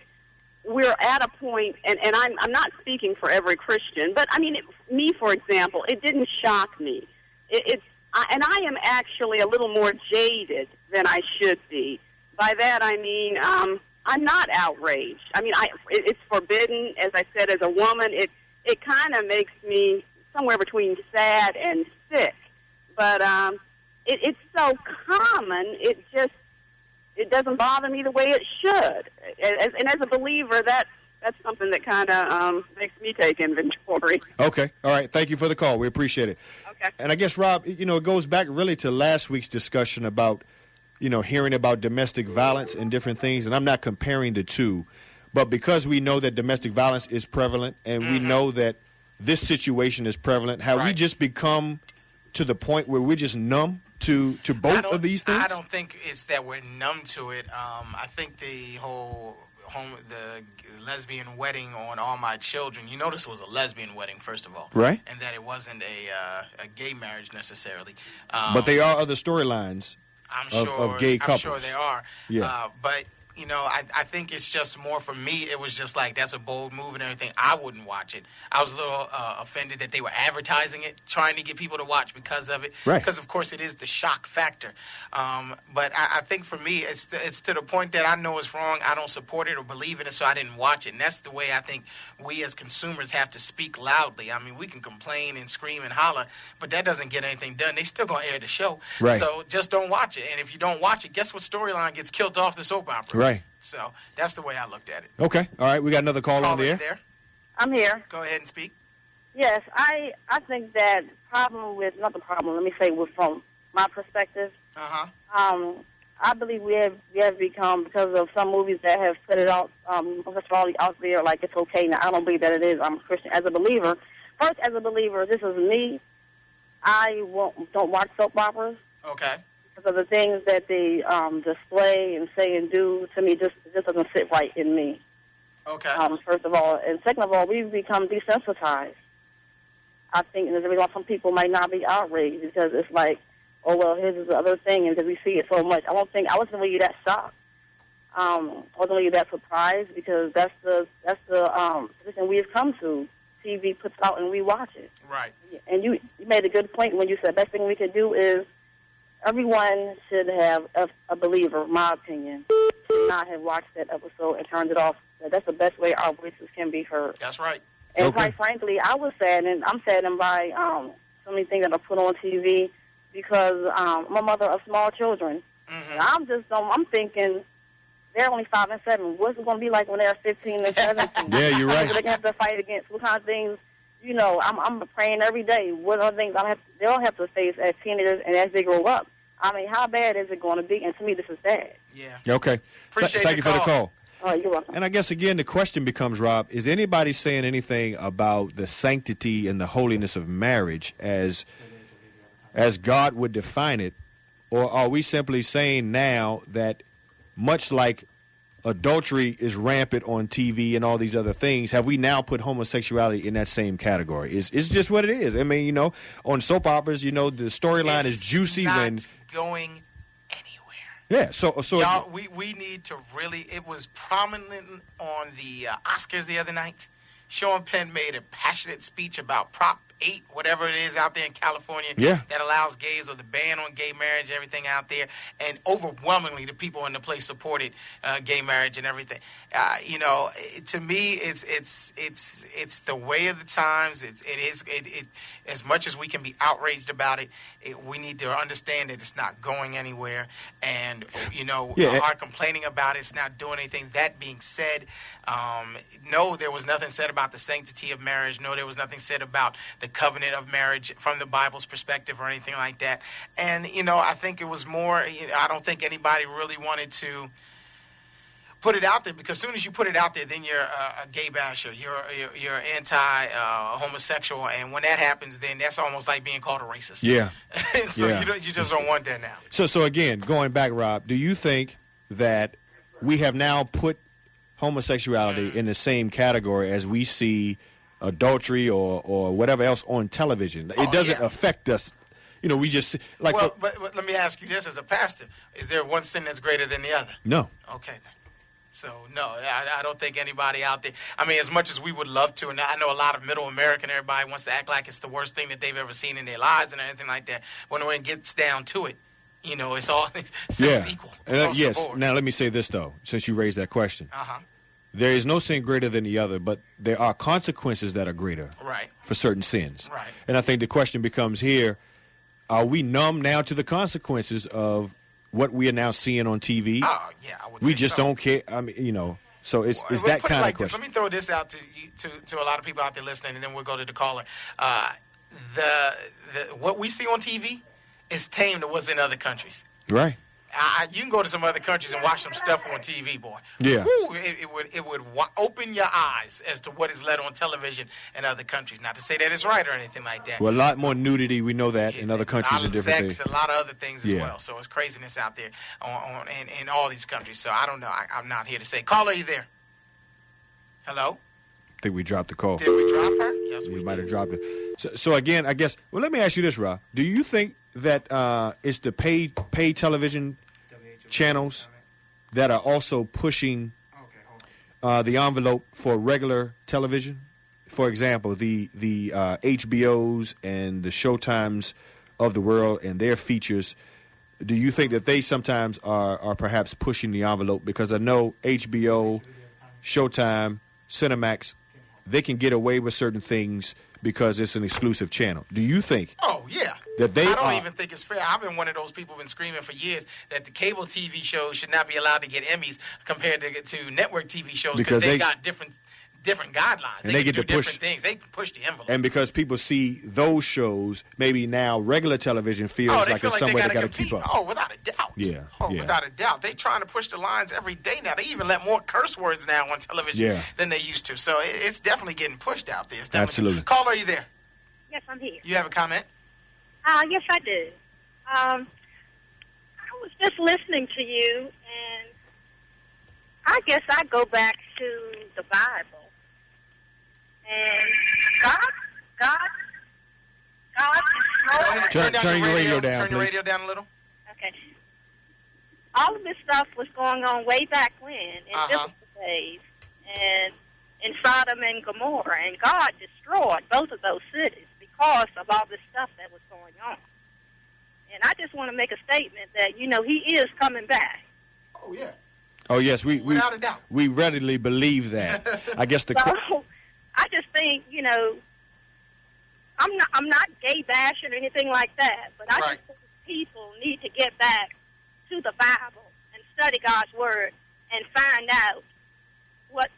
Speaker 5: we're at a point, and, and I'm, I'm not speaking for every Christian, but I mean, it, me, for example, it didn't shock me. It, it's, I, and I am actually a little more jaded than I should be by that I mean um, I'm not outraged. I mean, I, it, it's forbidden. As I said, as a woman, it it kind of makes me somewhere between sad and sick. But um, it, it's so common, it just it doesn't bother me the way it should. As, and as a believer, that that's something that kind of um, makes me take inventory.
Speaker 3: Okay. All right. Thank you for the call. We appreciate it.
Speaker 5: Okay.
Speaker 3: And I guess Rob, you know, it goes back really to last week's discussion about, you know, hearing about domestic violence and different things. And I'm not comparing the two, but because we know that domestic violence is prevalent, and we know that this situation is prevalent, have we
Speaker 1: Mm-hmm. Right.
Speaker 3: just become to the point where we're just numb to to
Speaker 1: I
Speaker 3: both
Speaker 1: don't-
Speaker 3: of these things?
Speaker 1: I don't think it's that we're numb to it. Um, I think the whole home, the lesbian wedding on all my children. You notice it was a lesbian wedding, first of all,
Speaker 3: Right.
Speaker 1: And that it wasn't a uh, a gay marriage necessarily. Um,
Speaker 3: But there are other storylines.
Speaker 1: I'm
Speaker 3: of-
Speaker 1: sure
Speaker 3: of gay
Speaker 1: I'm sure
Speaker 3: couples.
Speaker 1: they are.
Speaker 3: Yeah.
Speaker 1: Uh, but you know, I, I think it's just more for me. It was just like that's a bold move and everything. I wouldn't watch it. I was a little uh, offended that they were advertising it, trying to get people to watch because of it.
Speaker 3: Right.
Speaker 1: Because of course it is the shock factor. Um, but I, I think for me, it's the, it's to the point that I know it's wrong. I don't support it or believe in it, so I didn't watch it. And that's the way I think we as consumers have to speak loudly. I mean, we can complain and scream and holler, but that doesn't get anything done. They still gonna air the show.
Speaker 3: Right.
Speaker 1: So just don't watch it. And if you don't watch it, guess what storyline gets killed off the soap
Speaker 3: Right.
Speaker 1: opera? So that's the way I looked at it.
Speaker 3: Okay. All right. We got another call, on
Speaker 1: Caller
Speaker 3: the air.
Speaker 1: there.
Speaker 6: I'm here.
Speaker 1: Go ahead and speak.
Speaker 6: Yes, I I think that problem with not the problem. Let me say, with from my perspective,
Speaker 1: Uh huh.
Speaker 6: um, I believe we have we have become because of some movies that have put it out um first of all out there like it's okay now. I don't believe that it is. I'm a Christian as a believer. First, as a believer, this is me. I won't don't watch soap operas
Speaker 1: Okay.
Speaker 6: because of the things that they um, display and say and do. To me, just just doesn't sit right in me.
Speaker 1: Okay.
Speaker 6: um, first of all. And second of all, we've become desensitized. I think there's a reason why some people might not be outraged because it's like, oh, well, here's the other thing, and because we see it so much. I don't think, I wasn't really that shocked. Um, I wasn't really that surprised because that's the, that's the um, position we've come to. TV puts out and we watch it.
Speaker 1: right.
Speaker 6: And you, you made a good point when you said best thing we can do is everyone should have a, a believer, my opinion, should not have watched that episode and turned it off. That's the best way our voices can be heard.
Speaker 1: That's right.
Speaker 6: And
Speaker 3: Okay.
Speaker 6: quite frankly, I was saddened. I'm saddened by um, so many things that are put on TV because um, I'm a mother of small children.
Speaker 3: Mm-hmm.
Speaker 6: And I'm just, um, I'm thinking they're only five and seven. What's it going to be like when they're 15 and 17?
Speaker 3: Yeah, you're
Speaker 6: What
Speaker 3: right.
Speaker 6: they gonna have to fight against? What kind of things? You know, I'm I'm praying every day. What are things I have? They'll have to face as teenagers and as they grow up. I mean, how bad is it going to be? And to me, this is bad.
Speaker 1: Yeah.
Speaker 3: Okay. Th-
Speaker 1: Appreciate
Speaker 3: thank
Speaker 1: the
Speaker 3: you for the
Speaker 1: call.
Speaker 3: call.
Speaker 6: Oh, you're welcome.
Speaker 3: And I guess again, the question becomes, Rob, is anybody saying anything about the sanctity and the holiness of marriage as as God would define it, or are we simply saying now that much like adultery is rampant on TV and all these other things, have we now put homosexuality in that same category? Is it's just what it is? I mean, you know, on soap operas, you know, the storyline is
Speaker 1: It's
Speaker 3: juicy
Speaker 1: not
Speaker 3: when
Speaker 1: going anywhere.
Speaker 3: yeah. So Oh, so
Speaker 1: Y'all, we, we need to really. It was prominent on the uh, Oscars the other night. Sean Penn made a passionate speech about Prop 8, whatever it is out there in California
Speaker 3: Yeah.
Speaker 1: that allows gays or the ban on gay marriage, everything out there. And overwhelmingly, the people in the place supported uh, gay marriage and everything. Uh, you know, it- to me, it's it's it's it's the way of the times. It's, it is it, it as much as we can be outraged about it, it. We need to understand that it's not going anywhere, and you know,
Speaker 3: Yeah,
Speaker 1: are
Speaker 3: it-
Speaker 1: complaining about it, it's not doing anything. That being said, um, no, there was nothing said about the sanctity of marriage. No, there was nothing said about the covenant of marriage from the Bible's perspective or anything like that. And, you know, I think it was more, you know, I don't think anybody really wanted to put it out there because as soon as you put it out there, then you're uh, a gay basher. You're you're, you're anti uh, homosexual, and when that happens, then that's almost like being called a racist.
Speaker 3: Yeah.
Speaker 1: so
Speaker 3: Yeah.
Speaker 1: You, don't, you just don't want that now.
Speaker 3: So, so again, going back, Rob, do you think that we have now put
Speaker 1: Mm.
Speaker 3: homosexuality in the same category as we see adultery or, or whatever else on television? It
Speaker 1: Oh,
Speaker 3: doesn't
Speaker 1: yeah.
Speaker 3: affect us. You know, we just like uh,
Speaker 1: Well,
Speaker 3: for-
Speaker 1: but, but let me ask you this: as a pastor, is there one sin that's greater than the other?
Speaker 3: no.
Speaker 1: Okay. then. So no, I, I don't think anybody out there. I mean, as much as we would love to, and I know a lot of Middle American everybody wants to act like it's the worst thing that they've ever seen in their lives and anything like that. When it gets down to it, You know, it's all sex equal.
Speaker 3: And, uh,
Speaker 1: across the
Speaker 3: yes.
Speaker 1: board.
Speaker 3: Now let me say this though, since you raised that question,
Speaker 1: Uh-huh.
Speaker 3: there is no sin greater than the other, but there are consequences that are greater
Speaker 1: Right.
Speaker 3: for certain sins.
Speaker 1: Right.
Speaker 3: And I think the question becomes here: Are we numb now to the consequences of what we are now seeing on TV?
Speaker 1: Oh, yeah. I would
Speaker 3: we
Speaker 1: say
Speaker 3: just
Speaker 1: so.
Speaker 3: don't care. I mean, you know. So it's
Speaker 1: Well,
Speaker 3: it's
Speaker 1: well,
Speaker 3: that
Speaker 1: put it
Speaker 3: kind
Speaker 1: like
Speaker 3: of
Speaker 1: this.
Speaker 3: question.
Speaker 1: Let me throw this out to you, to to a lot of people out there listening, and then we'll go to the caller. Uh, the, the what we see on TV is tame to what's in other countries.
Speaker 3: Right.
Speaker 1: I, I- you can go to some other countries and watch some stuff on TV, boy.
Speaker 3: Yeah.
Speaker 1: Woo, it, it would it would wa- open your eyes as to what is led on television in other countries. Not to say that it's right or anything like that.
Speaker 3: Well, a lot more nudity. We know that in other countries
Speaker 1: a lot
Speaker 3: and
Speaker 1: of
Speaker 3: different
Speaker 1: sex,
Speaker 3: things.
Speaker 1: a lot of other things as
Speaker 3: Yeah.
Speaker 1: well. So it's craziness out there on, on in, in all these countries. So I don't know. I, I'm not here to say. Caller, you there? Hello.
Speaker 3: I think we dropped the call.
Speaker 1: Did we drop her? Yes,
Speaker 3: We
Speaker 1: we
Speaker 3: might have dropped it. So, so again, I guess. Well, let me ask you this, Rob. Do you think that uh, it's the paid paid television channels that are also pushing uh, the envelope for regular television? For example, the the uh, HBOs and the Showtimes of the world and their features. Do you think that they sometimes are are perhaps pushing the envelope? Because I know HBO, Showtime, Cinemax, they can get away with certain things because it's an exclusive channel. Do you think?
Speaker 1: Oh yeah.
Speaker 3: That they
Speaker 1: I don't
Speaker 3: are-
Speaker 1: even think it's fair. I've been one of those people who've been screaming for years that the cable TV shows should not be allowed to get Emmys compared to to network TV shows
Speaker 3: Because
Speaker 1: because they,
Speaker 3: they-
Speaker 1: got different different guidelines.
Speaker 3: And they
Speaker 1: can
Speaker 3: get
Speaker 1: do
Speaker 3: to push-
Speaker 1: different things. They can push the envelope.
Speaker 3: And because people see those shows, maybe now regular television feels
Speaker 1: Oh, they
Speaker 3: like
Speaker 1: feel
Speaker 3: it's
Speaker 1: like
Speaker 3: some
Speaker 1: they
Speaker 3: way they
Speaker 1: gotta,
Speaker 3: got to
Speaker 1: compete.
Speaker 3: keep up.
Speaker 1: Oh, without a doubt.
Speaker 3: Yeah,
Speaker 1: Oh,
Speaker 3: yeah.
Speaker 1: without a doubt. They trying to push the lines every day now. They even let more curse words now on television
Speaker 3: Yeah.
Speaker 1: than they used to. So it, it's definitely getting pushed out there. It's definitely-
Speaker 3: Absolutely.
Speaker 1: Caller, are you there?
Speaker 7: Yes, I'm here.
Speaker 1: You have a comment?
Speaker 7: Uh, yes, I do. Um, I was just listening to you, and I guess I go back to the Bible. And God, God,
Speaker 1: Go
Speaker 7: God is
Speaker 1: ahead
Speaker 7: more.
Speaker 1: and
Speaker 3: Turn- turn your radio down,
Speaker 1: Turn your
Speaker 3: please.
Speaker 1: radio down a little.
Speaker 7: Okay. All of this stuff was going on way back when, in
Speaker 1: Uh-huh.
Speaker 7: biblical days, and in Sodom and Gomorrah, and God destroyed both of those cities because of all this stuff that was going on. And I just want to make a statement that you know He is coming back.
Speaker 1: Oh yeah.
Speaker 3: Oh yes, we we
Speaker 1: Without a doubt.
Speaker 3: we readily believe that. I guess the que-
Speaker 7: So I just think you know I'm not I'm not gay bashing or anything like that, but I
Speaker 1: Right.
Speaker 7: just think people need to get back to the Bible and study God's word and find out what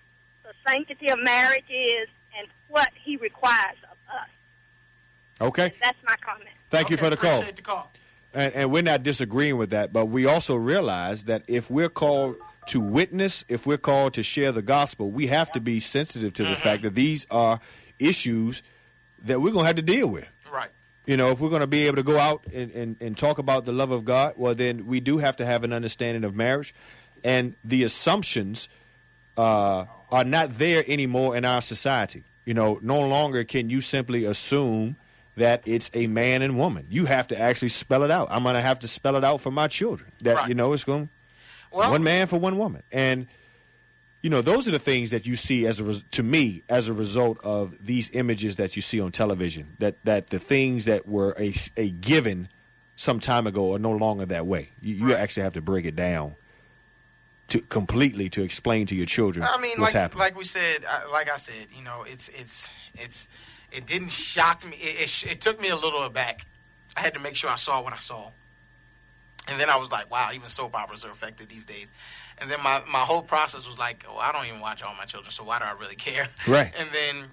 Speaker 7: the sanctity of marriage is and what He requires of us.
Speaker 3: okay.
Speaker 7: That's my comment.
Speaker 3: Thank you
Speaker 1: Okay,
Speaker 3: for the call.
Speaker 1: Appreciate the call.
Speaker 3: And, and we're not disagreeing with that, but we also realize that if we're called to witness, if we're called to share the gospel, we have to be sensitive to the
Speaker 1: Mm-hmm.
Speaker 3: fact that these are issues that we're going to have to deal with.
Speaker 1: Right.
Speaker 3: You know, if we're going to be able to go out and, and, and talk about the love of God, well, then we do have to have an understanding of marriage. And the assumptions uh, are not there anymore in our society. You know, no longer can you simply assume that it's a man and woman. You have to actually spell it out. I'm going to have to spell it out for my children that,
Speaker 1: Right.
Speaker 3: you know, it's going
Speaker 1: Well,
Speaker 3: one man for one woman. And you know, those are the things that you see as a res- to me as a result of these images that you see on television. That that the things that were a, s- a given some time ago are no longer that way. You, you actually have to break it down to completely to explain to your children
Speaker 1: I mean,
Speaker 3: what's
Speaker 1: like
Speaker 3: happening.
Speaker 1: like we said, uh, like I said, you know, it's it's it's it didn't shock me. It, it, sh- it took me a little aback. I had to make sure I saw what I saw, and then I was like, wow, even soap operas are affected these days. And then my my whole process was like, oh, I don't even watch all my children, so why do I really care?
Speaker 3: Right.
Speaker 1: And then.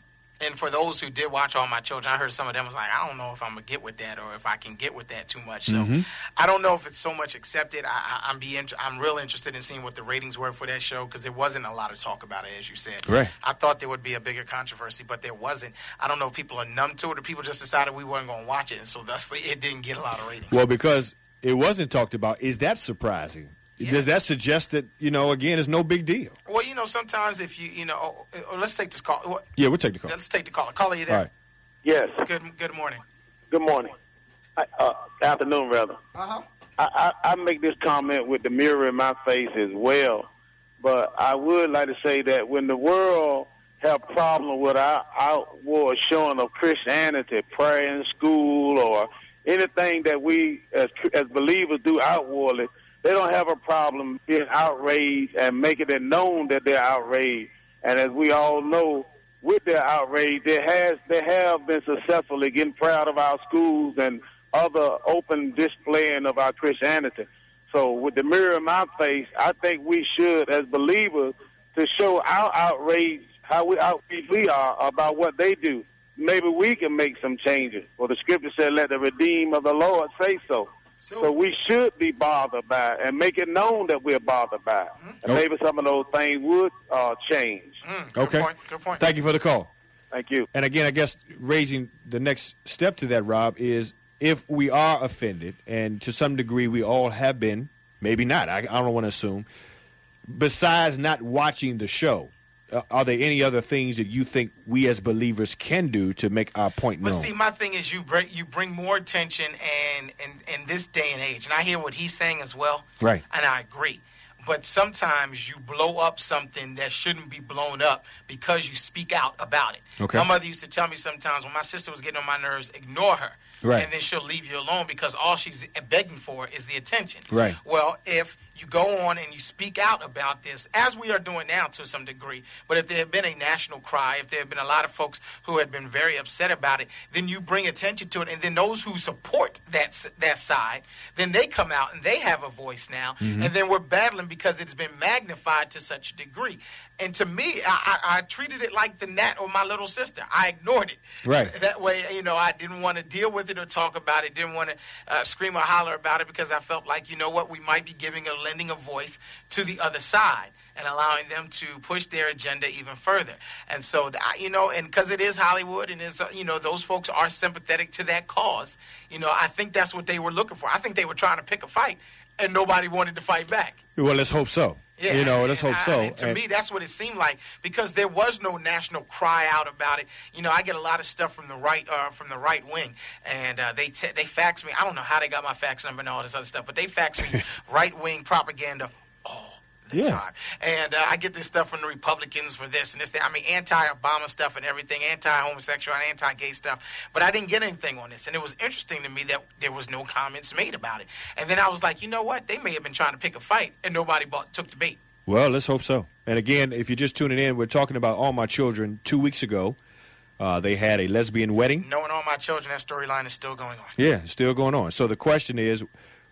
Speaker 1: And for those who did watch all my children, I heard some of them was like, I don't know if I'm gonna get with that or if I can get with that too much. So I don't know if it's so much accepted. I, I, I'm be int- I'm real interested in seeing what the ratings were for that show because there wasn't a lot of talk about it, as you said.
Speaker 3: Right.
Speaker 1: I thought there would be a bigger controversy, but there wasn't. I don't know if people are numb to it or people just decided we weren't going to watch it, and so thusly it didn't get a lot of ratings.
Speaker 3: well, because it wasn't talked about. Is that surprising? Does that suggest that you know again it's no big deal?
Speaker 1: Well, you know, sometimes if you you know, oh, oh, let's take this call. Well,
Speaker 3: Yeah, we'll take the call.
Speaker 1: Let's take the caller. Caller, you
Speaker 3: All
Speaker 1: there?
Speaker 3: right.
Speaker 8: Yes.
Speaker 1: Good good morning.
Speaker 8: Good morning. I, uh, afternoon, rather.
Speaker 1: Uh huh.
Speaker 8: I, I, I make this comment with the mirror in my face as well, but I would like to say that when the world have problem with our outward showing of Christianity, prayer in school or anything that we as tr- as believers do outwardly, they don't have a problem being outraged and making it known that they're outraged. And as we all know, with their outrage, there has they have been successfully getting proud of our schools and other open displaying of our Christianity. So with the mirror in my face, I think we should, as believers, to show our outrage, how we outraged we are about what they do. Maybe we can make some changes. Well, the scripture said, "Let the redeem of the Lord say so." So, we should be bothered by it and make it known that we're bothered by it. And
Speaker 3: Nope.
Speaker 8: maybe some of those things would uh, change.
Speaker 1: Mm,
Speaker 3: okay. Good point. Thank you for the call.
Speaker 8: Thank you.
Speaker 3: And again, I guess raising the next step to that, Rob, is if we are offended, and to some degree we all have been, maybe not, I, I don't want to assume, besides not watching the show, uh, are there any other things that you think we as believers can do to make our point
Speaker 1: But
Speaker 3: known?
Speaker 1: see, my thing is you bring you bring more attention and in in this day and age, and I hear what he's saying as well,
Speaker 3: Right.
Speaker 1: and I agree. But sometimes you blow up something that shouldn't be blown up because you speak out about it.
Speaker 3: Okay.
Speaker 1: My mother used to tell me sometimes when my sister was getting on my nerves, ignore her.
Speaker 3: Right.
Speaker 1: And then she'll leave you alone because all she's begging for is the attention.
Speaker 3: Right.
Speaker 1: Well, if you go on and you speak out about this, as we are doing now to some degree, but if there had been a national cry, if there had been a lot of folks who had been very upset about it, then you bring attention to it, and then those who support that s- that side, then they come out and they have a voice now,
Speaker 9: Mhm.
Speaker 1: and then we're battling because it's been magnified to such a degree. And to me, I, I, I treated it like the gnat or my little sister. I ignored it.
Speaker 3: Right.
Speaker 1: That way, you know, I didn't want to deal with it or talk about it, didn't want to uh, scream or holler about it because I felt like, you know what, we might be giving or lending a voice to the other side and allowing them to push their agenda even further. And so, I- you know, and because it is Hollywood and it's, uh, you know, those folks are sympathetic to that cause, you know, I think that's what they were looking for. I think they were trying to pick a fight and nobody wanted to fight back.
Speaker 3: well, let's hope so.
Speaker 1: Yeah,
Speaker 3: you know,
Speaker 1: and-
Speaker 3: let's
Speaker 1: and
Speaker 3: hope
Speaker 1: I-
Speaker 3: so.
Speaker 1: I mean, to
Speaker 3: And-
Speaker 1: me, that's what it seemed like because there was no national cry out about it. You know, I get a lot of stuff from the right, uh, from the right wing, and uh, they te- they fax me. I don't know how they got my fax number and all this other stuff, but they fax me right wing propaganda the time. And uh, I get this stuff from the Republicans for this and this. That. I mean, anti-Obama stuff and everything, anti-homosexual, and anti-gay stuff. But I didn't get anything on this, and it was interesting to me that there was no comments made about it. And then I was like, you know what? They may have been trying to pick a fight, and nobody bought, took the bait.
Speaker 3: Well, let's hope so. And again, if you're just tuning in, we're talking about All My Children. Two weeks ago, uh, they had a lesbian wedding.
Speaker 1: Knowing all my children, that storyline is still going on.
Speaker 3: Yeah, it's still going on. So the question is,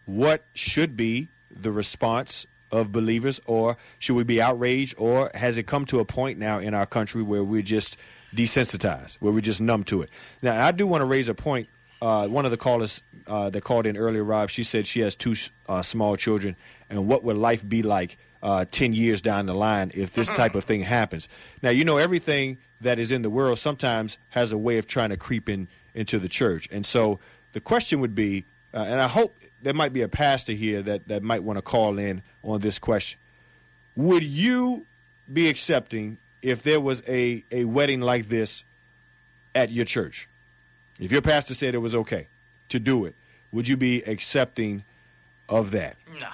Speaker 3: what should be the response of believers, or should we be outraged, or has it come to a point now in our country where we're just desensitized, where we're just numb to it? Now, I do want to raise a point. Uh, one of the callers uh, that called in earlier, Rob, she said she has two uh, small children, and what would life be like uh, 10 years down the line if this type of thing happens. Now, you know, everything that is in the world sometimes has a way of trying to creep in into the church. And so the question would be, uh, and I hope there might be a pastor here that, that might want to call in on this question. Would you be accepting if there was a, a wedding like this at your church? If your pastor said it was okay to do it, would you be accepting of that?
Speaker 1: No,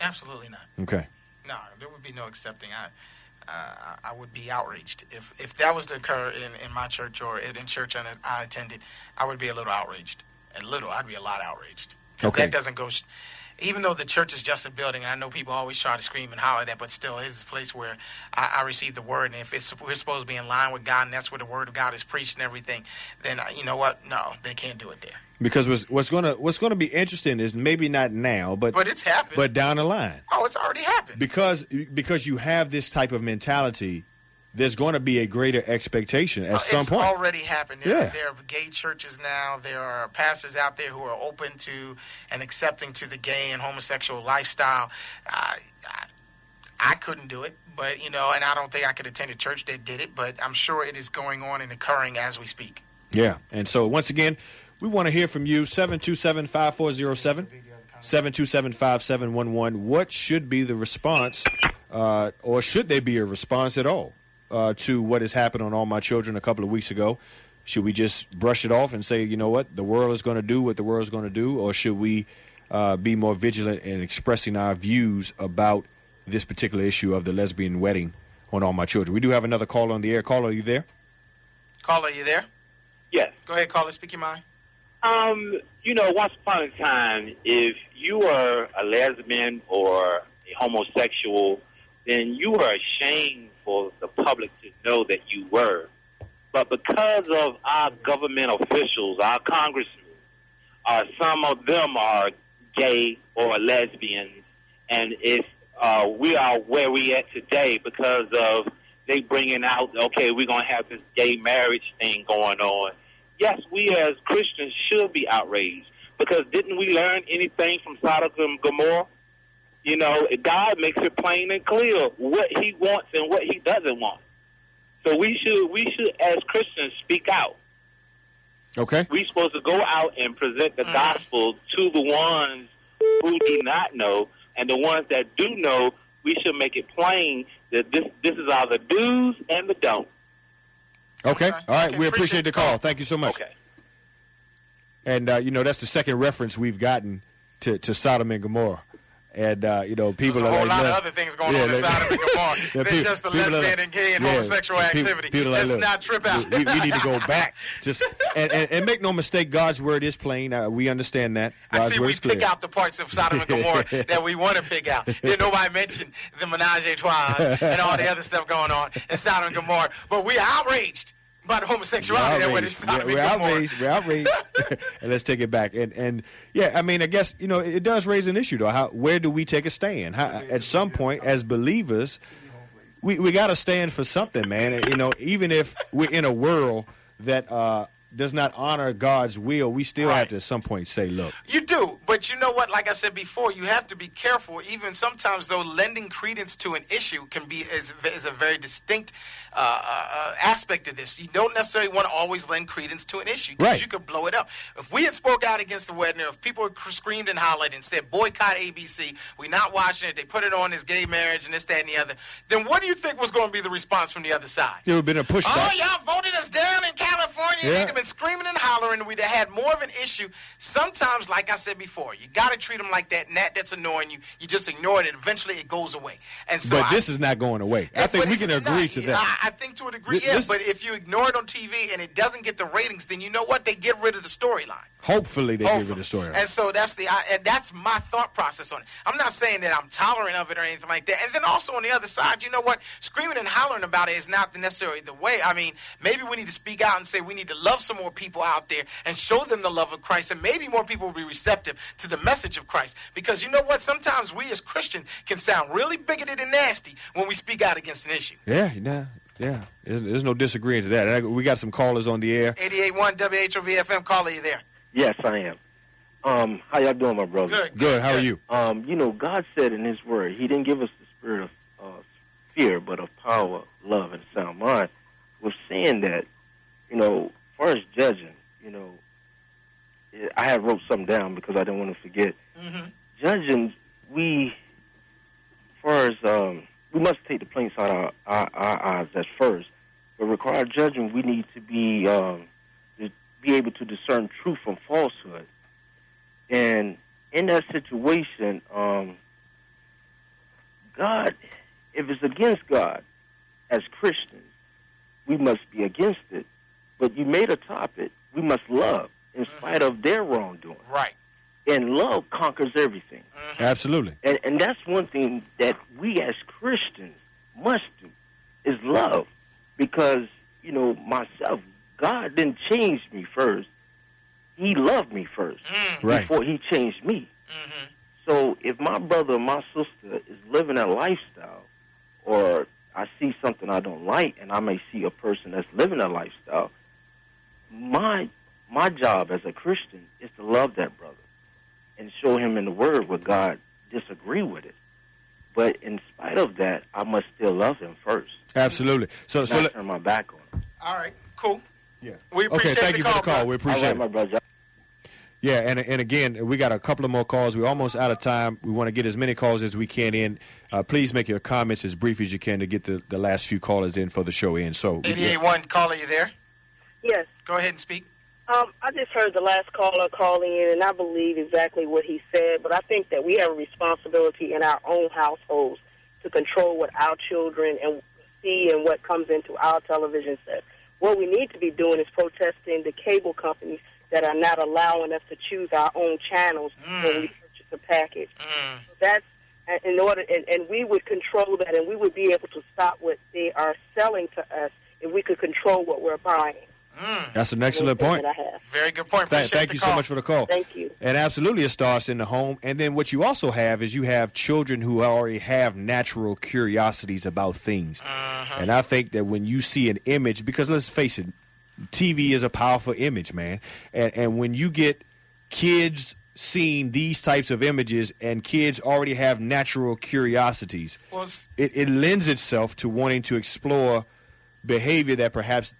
Speaker 1: absolutely not.
Speaker 3: Okay.
Speaker 1: No, there would be no accepting. I, uh, I I would be outraged if if that was to occur in, in my church or in, in church I, I attended. I would be a little outraged. A little, I'd be a lot outraged because
Speaker 3: Okay.
Speaker 1: that doesn't go. Sh- even though the church is just a building, and I know people always try to scream and holler at that, but still, it's a place where I, I receive the word. And if it's we're supposed to be in line with God, and that's where the word of God is preached and everything, then uh, you know what? No, they can't do it there.
Speaker 3: Because what's, what's gonna what's gonna be interesting is maybe not now, but
Speaker 1: But it's happened.
Speaker 3: but down the line.
Speaker 1: Oh, it's already happened.
Speaker 3: Because because you have this type of mentality, there's going to be a greater expectation at some
Speaker 1: Uh, Oh, it's
Speaker 3: point.
Speaker 1: already happened. There,
Speaker 3: Yeah.
Speaker 1: there are gay churches now. There are pastors out there who are open to and accepting to the gay and homosexual lifestyle. I, I, I couldn't do it, but you know, and I don't think I could attend a church that did it. But I'm sure it is going on and occurring as we speak.
Speaker 3: Yeah. And so once again, we want to hear from you 727-5407 727-5711. What should be the response uh, or should there be a response at all uh, to what has happened on all my children a couple of weeks ago? Should we just brush it off and say, you know what, the world is going to do what the world is going to do or should we uh, be more vigilant in expressing our views about this particular issue of the lesbian wedding on all my children? We do have another call on the air. Caller, are you there?
Speaker 1: Caller, you there?
Speaker 9: Yes.
Speaker 1: Go ahead, caller. Speak your mind.
Speaker 9: Um, you know, once upon a time, if you were a lesbian or a homosexual, then you were ashamed for the public to know that you were. But because of our government officials, our congressmen, uh, some of them are gay or lesbians, and it's uh, we are where we at today because of they bringing out okay, we're gonna have this gay marriage thing going on. Yes, we as Christians should be outraged because didn't we learn anything from Sodom and Gomorrah? You know, God makes it plain and clear what He wants and what He doesn't want. So we should we should as Christians speak out.
Speaker 3: Okay.
Speaker 9: We're supposed to go out and present the gospel to the ones who do not know, and the ones that do know, we should make it plain that this this is all the do's and the don'ts.
Speaker 3: Okay. All right. we appreciate the call. Thank you so much. Okay. And uh, you know that's the second reference we've gotten to, to Sodom and Gomorrah, and uh, you know people
Speaker 1: There's a
Speaker 3: are
Speaker 1: whole
Speaker 3: like,
Speaker 1: lot
Speaker 3: "Look."
Speaker 1: of other things going
Speaker 3: Yeah,
Speaker 1: on
Speaker 3: like-
Speaker 1: inside of Big Lamar
Speaker 3: Yeah,
Speaker 1: than
Speaker 3: people-
Speaker 1: just the
Speaker 3: people are
Speaker 1: lesbian
Speaker 3: like-
Speaker 1: and gay and
Speaker 3: yeah,
Speaker 1: homosexual
Speaker 3: people-
Speaker 1: activity.
Speaker 3: people are like,
Speaker 1: Let's
Speaker 3: "Look,
Speaker 1: not trip out.
Speaker 3: We, we need to go back. Just and, and, and make no mistake, God's word is plain. Uh, we understand that.
Speaker 1: I
Speaker 3: God's
Speaker 1: see
Speaker 3: word
Speaker 1: we
Speaker 3: is clear.
Speaker 1: pick out the parts of Sodom and Gomorrah that we want to pick out. Then nobody mentioned the menage a trois and all the other stuff going on in Sodom and Gomorrah. But we're outraged by the homosexuality that went in
Speaker 3: We're
Speaker 1: Sodom
Speaker 3: outraged. We're
Speaker 1: and Gomorrah.
Speaker 3: outraged. We're outraged. and let's take it back. And and yeah, I mean, I guess you know it does raise an issue though. How where do we take a stand? How, at some point, as believers, we we got to stand for something, man. And, you know, even if we're in a world that uh, does not honor God's will, we still have to at some point say, look.
Speaker 1: You do, but you know what? Like I said before, you have to be careful. Even sometimes, though, lending credence to an issue can be is, is a very distinct uh, uh, uh, aspect of this. You don't necessarily want to always lend credence to an issue because
Speaker 10: Right.
Speaker 1: you could blow it up. If we had spoke out against the wedding, or if people had cr- screamed and hollered and said, "Boycott ABC, we're not watching it," they put it on as gay marriage and this, that, and the other. Then what do you think was going to be the response from the other side?
Speaker 3: There would have been a pushback.
Speaker 1: Oh, y'all voted us down in California.
Speaker 3: Yeah.
Speaker 1: They'd have been screaming and hollering. We'd have had more of an issue. Sometimes, like I said before, you got to treat them like that. And that that's annoying you. You just ignore it. And eventually, it goes away. And so,
Speaker 3: but
Speaker 1: I,
Speaker 3: this is not going away. I think
Speaker 1: but
Speaker 3: we
Speaker 1: it's
Speaker 3: can agree
Speaker 1: not.
Speaker 3: to that.
Speaker 1: I, I think to a degree,
Speaker 3: Th-
Speaker 1: yes.
Speaker 3: this-
Speaker 1: But if you ignore it on TV and it doesn't get the ratings, then you know what? They get rid of the storyline.
Speaker 3: Hopefully, they give it a story.
Speaker 1: And so that's the I, and that's my thought process on it. I'm not saying that I'm tolerant of it or anything like that. And then also on the other side, you know what? Screaming and hollering about it is not necessarily the way. I mean, maybe we need to speak out and say we need to love some more people out there and show them the love of Christ, and maybe more people will be receptive to the message of Christ. Because you know what? Sometimes we as Christians can sound really bigoted and nasty when we speak out against an issue.
Speaker 3: Yeah, yeah, yeah. There's, there's no disagreeing to that. And I- We got some callers on the air.
Speaker 1: 88.1 WHOV FM, caller, you there?
Speaker 11: Yes, I am. Um, how y'all doing, my brother?
Speaker 1: Good,
Speaker 3: Good. How are you?
Speaker 11: Um, you know, God said in His Word, He didn't give us the spirit of uh, fear, but of power, love, and sound mind. With saying that, you know, first judging, you know, I had wrote something down because I didn't want to forget.
Speaker 3: Mm-hmm.
Speaker 11: Judging, we first um, we must take the plaints out of our, our, our eyes at first, but require judging. We need to be um, to be able to discern truth from falsehood, and in that situation, um, God, if it's against God, as Christians, we must be against it. But you made a topic. We must love in spite of their wrongdoing.
Speaker 1: Right.
Speaker 11: And love conquers everything.
Speaker 3: Mm-hmm. Absolutely.
Speaker 11: And, and that's one thing that we as Christians must do is love. Because, you know, myself, God didn't change me first. He loved me first
Speaker 3: Right.
Speaker 11: before he changed me. So if my brother or my sister is living that lifestyle, or I see something I don't like, and I may see a person that's living that lifestyle, my my job as a Christian is to love that brother and show him in the Word where God disagree with it. But in spite of that, I must still love him first.
Speaker 3: Absolutely. So,
Speaker 11: not
Speaker 3: so let-
Speaker 11: turn my back on. Him.
Speaker 1: All right, cool.
Speaker 3: Yeah.
Speaker 1: We
Speaker 3: okay.
Speaker 1: appreciate
Speaker 3: Thank
Speaker 1: the
Speaker 3: you
Speaker 1: call,
Speaker 3: for the call.
Speaker 1: brother.
Speaker 3: We appreciate
Speaker 11: All
Speaker 3: it.
Speaker 11: right, my brother.
Speaker 3: Yeah, and and again, we got a couple of more calls. We're almost out of time. We want to get as many calls as we can in. Uh, please make your comments as brief as you can to get the, the last few callers in for the show in. So, we-
Speaker 1: 88.1, caller, you there?
Speaker 6: Yes.
Speaker 1: Go ahead and speak.
Speaker 6: Um, I just heard the last caller calling in, and I believe exactly what he said. But I think that we have a responsibility in our own households to control what our children and see and what comes into our television set.
Speaker 10: What we need to be doing is protesting the cable companies that are not allowing us to choose our own channels when
Speaker 1: Mm.
Speaker 10: we purchase a package. That's and in order, and, and we would control that, and we would be able to stop what they are selling to us if we could control what we're buying.
Speaker 3: That's an excellent
Speaker 10: That's
Speaker 3: point.
Speaker 10: what I have.
Speaker 1: Mm. Very good point.
Speaker 3: Thank, thank you so much for the call.
Speaker 10: Thank you.
Speaker 3: And absolutely, it starts in the home. And then what you also have is you have children who already have natural curiosities about things.
Speaker 1: Uh-huh.
Speaker 3: And I think that when you see an image, because let's face it, TV is a powerful image, man. And, and when you get kids seeing these types of images and kids already have natural curiosities,
Speaker 1: Well, it's-
Speaker 3: it, it lends itself to wanting to explore behavior that perhaps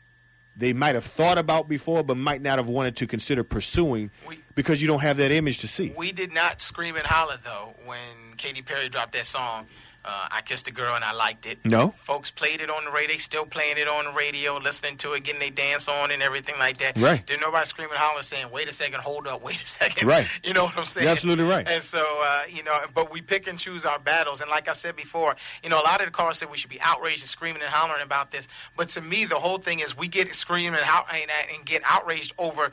Speaker 3: they might have thought about before but might not have wanted to consider pursuing because you don't have that image to see.
Speaker 1: We did not scream and holler though when Katy Perry dropped that song. Uh, I kissed a girl and I liked it.
Speaker 3: No.
Speaker 1: folks played it on the radio. They still playing it on the radio, listening to it, getting their dance on, and everything like that.
Speaker 3: Right.
Speaker 1: Didn't nobody screaming, and holler, saying, "Wait a second, hold up, wait a second.
Speaker 3: Right.
Speaker 1: You know what I'm saying?
Speaker 3: You're absolutely right.
Speaker 1: And so, uh, you know, but we pick and choose our battles. And like I said before, you know, a lot of the callers said we should be outraged and screaming and hollering about this. But to me, the whole thing is we get screaming and, hou- and, and get outraged over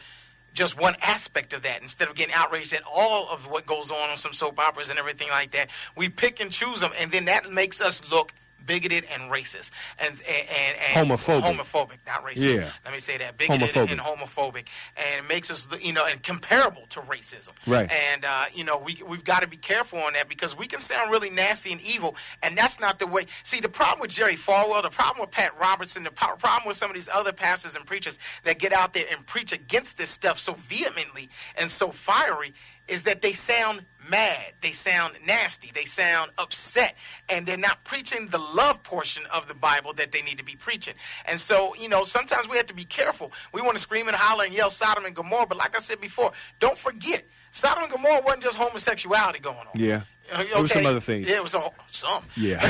Speaker 1: just one aspect of that instead of getting outraged at all of what goes on on some soap operas and everything like that. We pick and choose them, and then that makes us look bigoted and racist and and, and, and
Speaker 3: Homophobic.
Speaker 1: homophobic, not racist.
Speaker 3: Yeah.
Speaker 1: Let me say that bigoted
Speaker 3: Homophobic.
Speaker 1: and homophobic, and it makes us you know and comparable to racism.
Speaker 3: Right.
Speaker 1: And uh, you know we we've got to be careful on that because we can sound really nasty and evil, and that's not the way. See, the problem with Jerry Falwell, the problem with Pat Robertson, the po- problem with some of these other pastors and preachers that get out there and preach against this stuff so vehemently and so fiery is that they sound mad, they sound nasty, they sound upset, and they're not preaching the love portion of the Bible that they need to be preaching. And so, you know, sometimes we have to be careful. We want to scream and holler and yell Sodom and Gomorrah, but like I said before, don't forget, Sodom and Gomorrah wasn't just homosexuality going on. Uh,
Speaker 3: Yeah.
Speaker 1: Okay?
Speaker 3: There was some other things.
Speaker 1: Yeah, it was a, some.
Speaker 3: Yeah.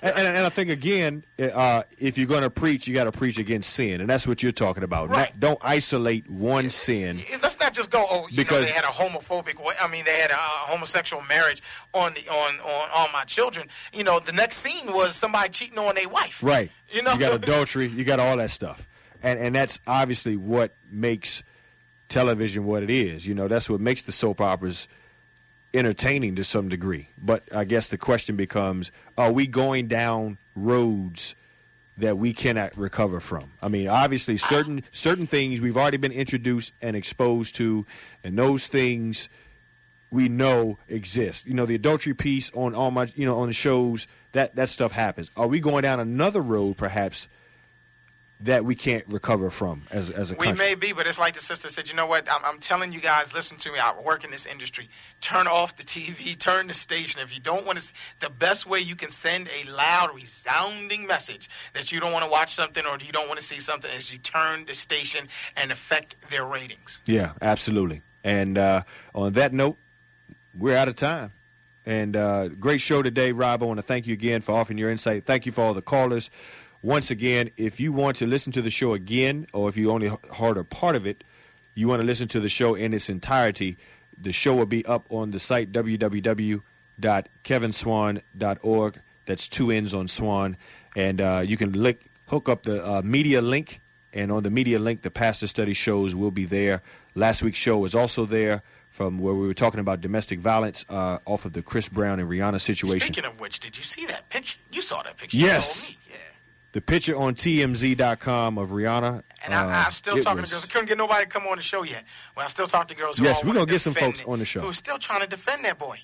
Speaker 3: and, and- and I think, again, uh, if you're going to preach, you got to preach against sin. And that's what you're talking about.
Speaker 1: Right.
Speaker 3: Not- don't isolate one sin.
Speaker 1: let's not just go. Oh, you
Speaker 3: Because-
Speaker 1: know, they had a homophobic. wa- I mean, they had a uh, homosexual marriage on the on on on my children. You know, the next scene was somebody cheating on their wife.
Speaker 3: Right.
Speaker 1: You know?
Speaker 3: you got adultery, you got all that stuff. And and that's obviously what makes television what it is. You know, that's what makes the soap operas entertaining to some degree. But I guess the question becomes, are we going down roads that we cannot recover from? I mean, obviously certain certain things we've already been introduced and exposed to and those things we know exist. You know, the adultery piece on all my, you know, on the shows that that stuff happens. Are we going down another road, perhaps, that we can't recover from as as a
Speaker 1: We
Speaker 3: country?
Speaker 1: may be, but it's like the sister said. You know what? I'm, I'm telling you guys. Listen to me. I work in this industry. Turn off the TV. Turn the station. If you don't want to, the best way you can send a loud, resounding message that you don't want to watch something or you don't want to see something is you turn the station and affect their ratings.
Speaker 3: Yeah, absolutely. And uh, on that note, we're out of time. And uh, great show today, Rob. I want to thank you again for offering your insight. Thank you for all the callers. Once again, if you want to listen to the show again, or if you only h- heard a part of it, you want to listen to the show in its entirety, the show will be up on the site www.kevinswan.org. That's two N's on Swan. And uh, you can lick, hook up the uh, media link. And on the media link, the Pastor Study shows will be there. Last week's show is also there from where we were talking about domestic violence uh, off of the Chris Brown and Rihanna situation.
Speaker 1: Speaking of which, did you see that picture? You saw that picture.
Speaker 3: Yes.
Speaker 1: You told me.
Speaker 3: The picture on TMZ.com of Rihanna.
Speaker 1: And I,
Speaker 3: uh,
Speaker 1: I'm still
Speaker 3: it
Speaker 1: talking
Speaker 3: was-
Speaker 1: to girls. I couldn't get nobody to come on the show yet. Well, I still talk to girls. Who
Speaker 3: Yes,
Speaker 1: all
Speaker 3: we're
Speaker 1: wanna
Speaker 3: gonna get some
Speaker 1: defend
Speaker 3: folks
Speaker 1: it,
Speaker 3: on the show.
Speaker 1: Who's still trying to defend that boy?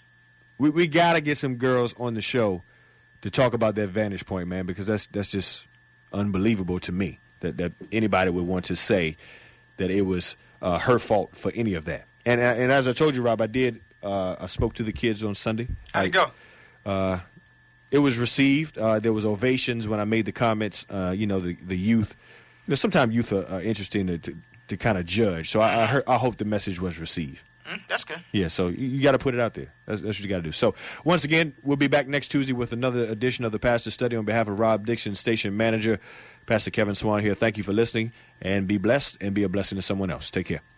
Speaker 3: We, we got to get some girls on the show to talk about that vantage point, man, because that's that's just unbelievable to me that, that anybody would want to say that it was uh, her fault for any of that. And uh, and as I told you, Rob, I did. Uh, I spoke to the kids on Sunday. How'd it
Speaker 1: go?
Speaker 3: Uh, it was received. Uh, there was ovations when I made the comments. Uh, you know, the the youth. You know, sometimes youth are, are interesting to to, to kind of judge. So I I, heard, I hope the message was received.
Speaker 1: Hmm? That's good.
Speaker 3: Yeah, so you, you got to put it out there. That's, that's what you got to do. So, once again, we'll be back next Tuesday with another edition of the Pastor Study. On behalf of Rob Dixon, station manager, Pastor Kevin Swan here, thank you for listening and be blessed and be a blessing to someone else. Take care.